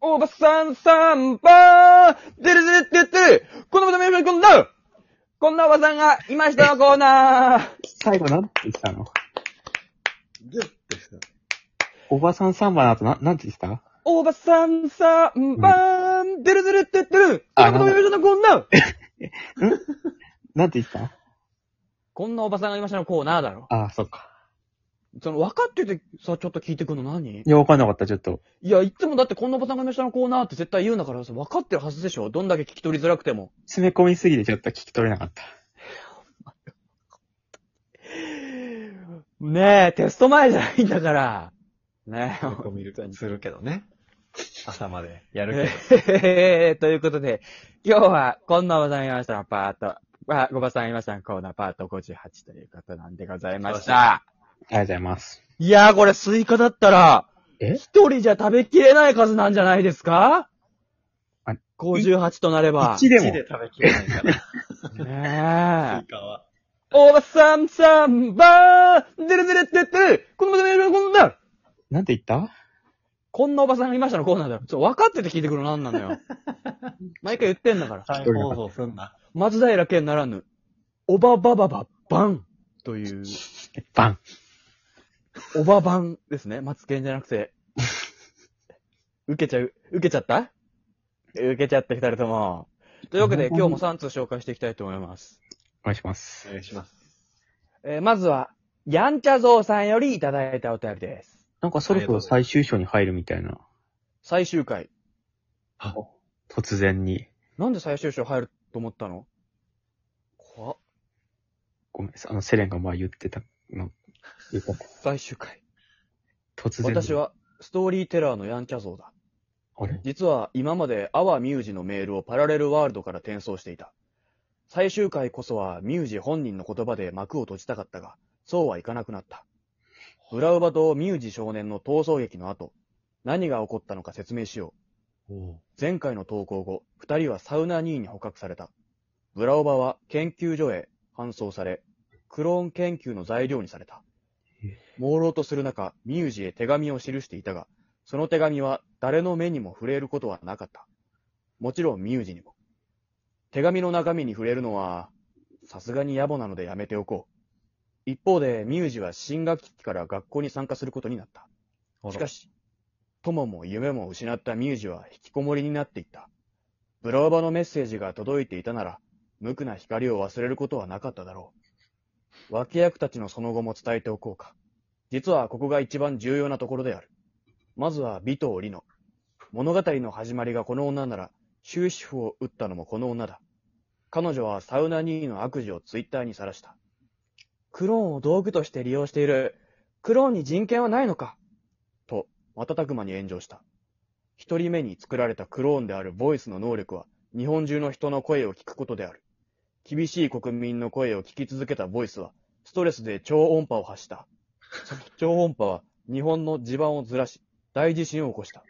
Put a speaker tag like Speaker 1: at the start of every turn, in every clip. Speaker 1: おばさんサンバーデレデレって言ってるこのままめめこんなこんなおばさんがいましたのコーナー
Speaker 2: 最後なんて言ってたの
Speaker 3: ギュッてした。
Speaker 2: おばさんサンバの後な、なんて言ってた
Speaker 1: おばさんサンバーデレデレって言ってるこ
Speaker 2: あ
Speaker 1: のままめめこんなコーナー
Speaker 2: なんて言ってた
Speaker 1: こんなおばさんがいましたのコーナーだろ。
Speaker 2: ああ、そっか。
Speaker 1: その分かっててさ、ちょっと聞いてくんの何
Speaker 2: いや、わかんなかった、ちょっと。
Speaker 1: いや、いつもだってこんなおばさんがいましたのコーナーって絶対言うんだからさ、分かってるはずでしょどんだけ聞き取りづらくても。
Speaker 2: 詰め込みすぎてちょっと聞き取れなかった。
Speaker 1: ねえ、テスト前じゃないんだから。ねえ。
Speaker 3: こう見るするけどね。朝までやるけど。
Speaker 1: えー、 ということで、今日はこんなおばさんがいましたのパート、あ、ごばさんがいましたのコーナーパート58ということなんでございました。
Speaker 2: ありがとうございます。
Speaker 1: いやーこれスイカだったら、
Speaker 2: え
Speaker 1: 一人じゃ食べきれない数なんじゃないですか
Speaker 2: あ
Speaker 1: ?58 となれば。
Speaker 2: 1で
Speaker 3: 口
Speaker 2: も、
Speaker 3: で食べきれな いから、ス
Speaker 1: ね
Speaker 3: イカは。
Speaker 1: え。おばさんさんばーデレデレってってるこんなおばさんがいましたのこんな
Speaker 2: なんて言った
Speaker 1: こんなおばさんがいましたのコーナーだよ。ちょ、分かってて聞いてくるのなんなの よ。毎回言ってんだから。
Speaker 3: 再放送すんな。
Speaker 1: 松平健ならぬ、おばばばばばんと いう、
Speaker 2: バン。
Speaker 1: おばばんですね。松健じゃなくて。受けちゃう、受けちゃった受けちゃった二人とも。というわけで、今日も3通紹介していきたいと思います。
Speaker 2: お願いします。
Speaker 3: お願いします。
Speaker 1: えーまずは、やんちゃぞうさんよりいただいたお便りです。
Speaker 2: なんかそろそろ最終章に入るみたいな。
Speaker 1: 最終回。
Speaker 2: 突然に。
Speaker 1: なんで最終章入ると思ったの怖っ
Speaker 2: ごめん、あの、セレンが前言ってたの。言った
Speaker 1: 最終回。
Speaker 2: 突然。
Speaker 1: 私。は、ストーリーテラーのやんちゃ像だ。
Speaker 2: あれ
Speaker 1: 実は今までアワミュージのメールをパラレルワールドから転送していた。最終回こそはミュージ本人の言葉で幕を閉じたかったが、そうはいかなくなった。ブラウバとミュージ少年の逃走劇の後、何が起こったのか説明しよ
Speaker 3: お
Speaker 1: う。前回の投稿後、二人はサウナ2に捕獲された。ブラウバは研究所へ搬送され、クローン研究の材料にされた。朦朧とする中、ミュージへ手紙を記していたが、その手紙は誰の目にも触れることはなかった。もちろんミュージにも。手紙の中身に触れるのは、さすがに野暮なのでやめておこう。一方で、ミュージは新学期から学校に参加することになった。しか
Speaker 3: し、
Speaker 1: し、友も夢も失ったミュージは引きこもりになっていった。ブラウバのメッセージが届いていたなら、無垢な光を忘れることはなかっただろう。脇役たちのその後も伝えておこうか。実はここが一番重要なところである。まずは尾藤里乃。物語の始まりがこの女なら、終止符を打ったのもこの女だ。彼女はサウナ兄の悪事をツイッターに晒した。クローンを道具として利用している。クローンに人権はないのかと、瞬く間に炎上した。一人目に作られたクローンであるボイスの能力は、日本中の人の声を聞くことである。厳しい国民の声を聞き続けたボイスは、ストレスで超音波を発した。その超音波は、日本の地盤をずらし、大地震を起こした。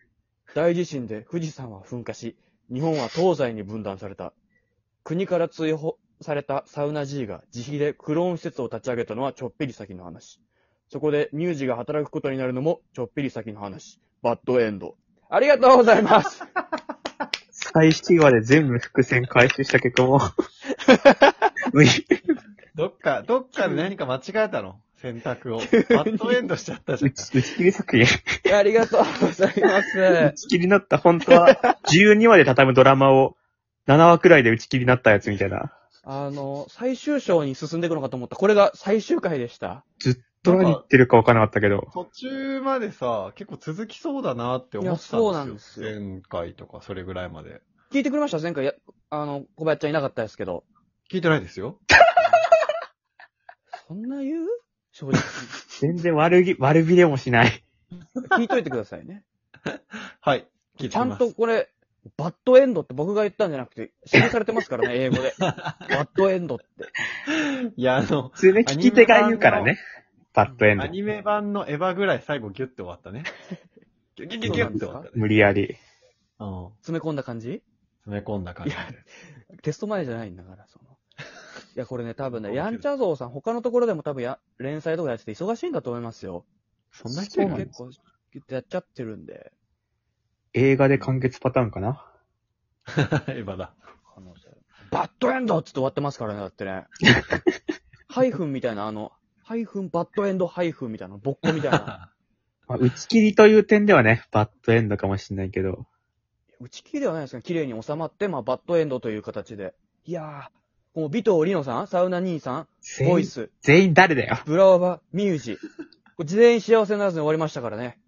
Speaker 1: 大地震で富士山は噴火し、日本は東西に分断された。国から追放されたサウナ G が自費でクローン施設を立ち上げたのはちょっぴり先の話。そこでミュージが働くことになるのもちょっぴり先の話。バッドエンド。ありがとうござい ます。
Speaker 2: 最終話で全部伏線回収した結果 も無理。
Speaker 3: どっか、どっかで何か間違えたの選択 を。バッドエンドしちゃったじゃ
Speaker 2: 打
Speaker 3: ん。
Speaker 2: ち打ち切り作品。
Speaker 1: ありがとうございま
Speaker 2: 打
Speaker 1: す。
Speaker 2: ち切りになった、本当は、12話で畳むドラマを、7話くらいで打ち切りになったやつみたいな。
Speaker 1: あの、最終章に進んでいくのかと思った。これが最終回でした。
Speaker 2: どう言ってるかわからなかったけど、
Speaker 3: 途中までさ、結構続きそうだなって思ってたんですよ。
Speaker 1: いやそうなんですよ
Speaker 3: 前回とかそれぐらいまで。
Speaker 1: 聞いてくれました前回や、あの、小林ちゃんいなかったですけど。
Speaker 3: 聞いてないで すよ。
Speaker 1: そんな言う正直。
Speaker 2: 全然悪ぎ、悪びれもしない。
Speaker 1: 聞いといてくださいね。
Speaker 3: はい。聞い
Speaker 1: ち
Speaker 3: て
Speaker 1: ゃ
Speaker 3: み
Speaker 1: ん
Speaker 3: ます。
Speaker 1: とこれ、バッドエンドって僕が言ったんじゃなくて、指定されてますからね、英語で。バッドエンドって。
Speaker 3: いや、あの、
Speaker 2: 普通ね、聞き手が言うからね。パッドエンド
Speaker 3: ア。ニメ版のエヴァぐらい最後ギュッて終わったね。ギュギュギュギュッて終わったね。
Speaker 2: 無理やり。
Speaker 3: うん。
Speaker 1: 詰め込んだ感じ
Speaker 3: 詰め込んだ感じで。
Speaker 1: テスト前じゃないんだから、そ の。いや、これね、多分
Speaker 3: そ
Speaker 1: ね、
Speaker 3: うだ
Speaker 1: や
Speaker 3: けど
Speaker 1: んちゃぞうさん、他のところでも多分や、連載とかやってて忙しいんだと思いますよ。
Speaker 3: そんな人い
Speaker 2: そう
Speaker 3: な
Speaker 2: ないん
Speaker 1: 結構、やっちゃってるんで。
Speaker 2: 映画で完結パターンかな
Speaker 3: エヴァだ。
Speaker 1: 可能性。バッドエンドっつって終わってますからね、だって ね。ハイフンみたいな、あの、ハイフン、バッドエンド、ハイフンみたいな、ボッコみたい な。
Speaker 2: まあ、打ち切りという点ではね、バッドエンドかもしんないけど。
Speaker 1: 打ち切りではないですね。綺麗に収まって、まあ、バッドエンドという形で。いやー、この尾藤里乃さん、サウナ兄さん、
Speaker 2: 全
Speaker 1: ボイ
Speaker 2: 員、
Speaker 1: ス、
Speaker 2: 全員誰だよ。
Speaker 1: ブラーバ、ミュージ。これ全員幸せならずに終わりましたからね。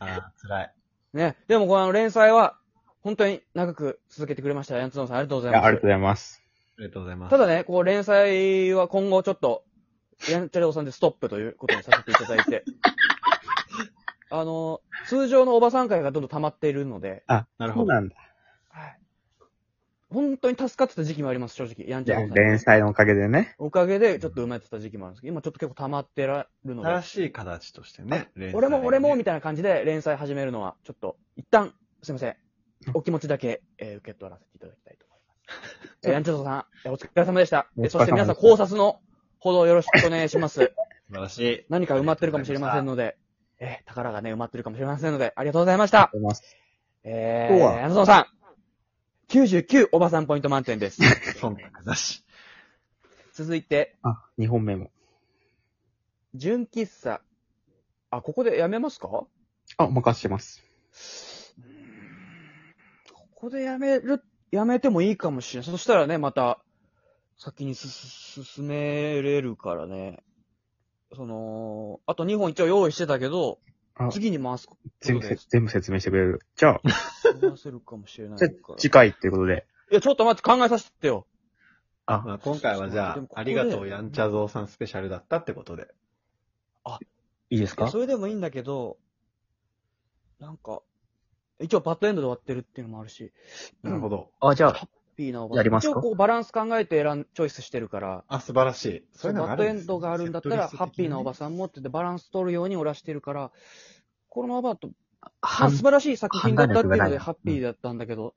Speaker 3: ああ、辛い。
Speaker 1: ね。でも、この連載は、本当に長く続けてくれました。ヤンツノさん、ありがとうござ
Speaker 2: い
Speaker 1: い
Speaker 2: や
Speaker 1: ま
Speaker 2: ありが
Speaker 1: す。
Speaker 2: とうございます。
Speaker 3: ありがとうございます。
Speaker 1: ただね、こう、連載は今後ちょっと、ヤンチャレオさんでストップということにさせていただいて。 あの、通常のおばさん会がどんどん溜まっているので、
Speaker 3: なる
Speaker 2: そ
Speaker 3: ほ
Speaker 2: う
Speaker 3: ど。
Speaker 2: なんだ。
Speaker 1: はい。本当に助かってた時期もあります、正直。ヤン
Speaker 2: い
Speaker 1: チャ
Speaker 2: や
Speaker 1: レオさん。
Speaker 2: 連載のおかげでね。
Speaker 1: おかげで、ちょっと埋まってた時期もあるんですけど、今ちょっと結構溜まってらるの
Speaker 3: 新
Speaker 1: で、
Speaker 3: しい形としてね。連載
Speaker 1: 俺も俺もみ
Speaker 3: ね
Speaker 1: たいな感じで連載始めるのは、ちょっと、一旦、すいませ ん。お気持ちだけ、えー受け取らせていただきたいと思います。 えー、ヤンチョソさん、えーお疲れ様でした。えーそして皆さん、
Speaker 2: お疲れ
Speaker 1: 考
Speaker 2: 様で
Speaker 1: 察のほどよろしくお願いします。
Speaker 3: 素晴らしい。
Speaker 1: 何か埋まってるかもしれませんので、えー宝がね、埋まってるかもしれませんので、ありがとうございました。
Speaker 2: ありがとうございます
Speaker 1: え
Speaker 2: 今日は
Speaker 1: ー、ヤンチョソさん、99おばさんポイント満点 です。
Speaker 3: 忖度なし。
Speaker 1: 続いて、
Speaker 2: あ、2本目も。
Speaker 1: 純喫茶。あ、ここでやめますかこ
Speaker 2: あ、お任せします。
Speaker 1: こでやめる、やめてもいいかもしれない。そしたらね、また、先にす、す進めれるからね。その、あと2本一応用意してたけど
Speaker 2: あ、
Speaker 1: 次に回すこ
Speaker 2: 全
Speaker 1: と
Speaker 2: 部せ
Speaker 1: で、
Speaker 2: 全部説明してくれる。じゃあ、
Speaker 1: 回せるかもしれない
Speaker 2: じ
Speaker 1: か
Speaker 2: ゃ
Speaker 1: ら。
Speaker 2: あ次回っていうことで。
Speaker 1: いや、ちょっと待って、考えさせてよ。
Speaker 2: あ、
Speaker 3: まあ、今回はじゃ
Speaker 1: でもこ
Speaker 3: あ、
Speaker 1: こ
Speaker 3: あ
Speaker 1: で
Speaker 3: りがとう、やんちゃぞうさんスペシャルだったってことで。
Speaker 2: いいですか
Speaker 1: それでもいいんだけど、なんか、一応バッドエンドで終わってるっていうのもあるし、
Speaker 3: なるほど。
Speaker 2: あ、じゃ
Speaker 1: ハッピーなおば
Speaker 2: やりますか
Speaker 1: 一応こうバランス考えて選ん、チョイスしてるから、
Speaker 3: あ、素晴らしい。
Speaker 1: そう
Speaker 3: いうの
Speaker 1: バッ
Speaker 3: があ
Speaker 1: ドエ
Speaker 3: るん
Speaker 1: ン
Speaker 3: ですね
Speaker 1: ドがあるんだったら、
Speaker 3: セ
Speaker 1: ハ
Speaker 3: ッ
Speaker 1: ッピー
Speaker 3: トリスト的にね
Speaker 1: なおばさんもっててバランス取るように俺はしてるから、このアバート、ま
Speaker 2: あ
Speaker 1: あ、素晴らしい作品だったっていうの
Speaker 2: 判断力がな
Speaker 1: で
Speaker 2: い
Speaker 1: ハッピーだったんだけど、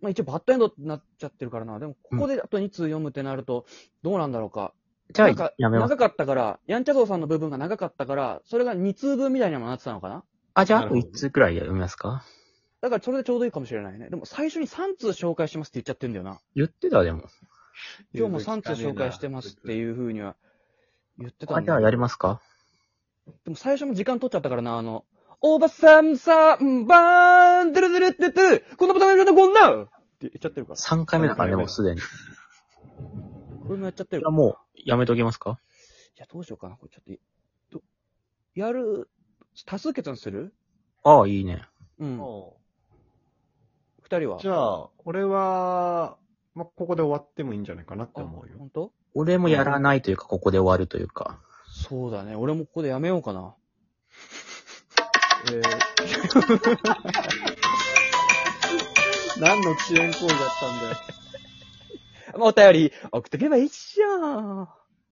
Speaker 1: まあ一応バッドエンドってなっちゃってるからな。でも、ここであと2通読むってなると、どうなんだろうか。
Speaker 2: じゃ
Speaker 1: なんか
Speaker 2: あ、やめます。
Speaker 1: 長かったから、ヤンチャゾウさんの部分が長かったから、それが2通分みたいにもなってたのかな
Speaker 2: あ、じゃあ、
Speaker 3: な
Speaker 2: あ
Speaker 3: る
Speaker 2: と
Speaker 3: ほ
Speaker 2: 1
Speaker 3: ど
Speaker 2: 通くらい読みますか
Speaker 1: だからそれでちょうどいいかもしれないね。でも最初に3通紹介しますって言っちゃってんだよな。
Speaker 2: 言ってた、でも。
Speaker 1: 今日も3通紹介してますっていうふうには言ってた
Speaker 2: あ、
Speaker 1: ん
Speaker 2: じ
Speaker 1: だ
Speaker 2: ゃ
Speaker 1: け
Speaker 2: あ、
Speaker 1: ど
Speaker 2: やりますか
Speaker 1: でも最初も時間取っちゃったからな、あの、おばさんさんばーん、てるてるってって、こんなことないこんなって言っちゃってるから。
Speaker 2: 3回目だからね、
Speaker 3: 三回目
Speaker 2: もうすでに。
Speaker 1: これもやっちゃってる
Speaker 2: い
Speaker 1: から。
Speaker 2: や、もう、やめときますか
Speaker 1: いや、どうしようかな、これちょっとい、どやる、多数決にする
Speaker 2: ああ、いいね。
Speaker 1: うん。
Speaker 3: お
Speaker 1: 二人は。
Speaker 3: うじゃあ、俺は、まあ、ここで終わってもいいんじゃないかなって思うよ。
Speaker 1: 本当
Speaker 2: 俺もやらないというか、ここで終わるというか。
Speaker 1: そうだね。俺もここでやめようかな。
Speaker 3: えー何の遅延行為だったんだよ。
Speaker 1: お便り、送っとけばいいっしょー。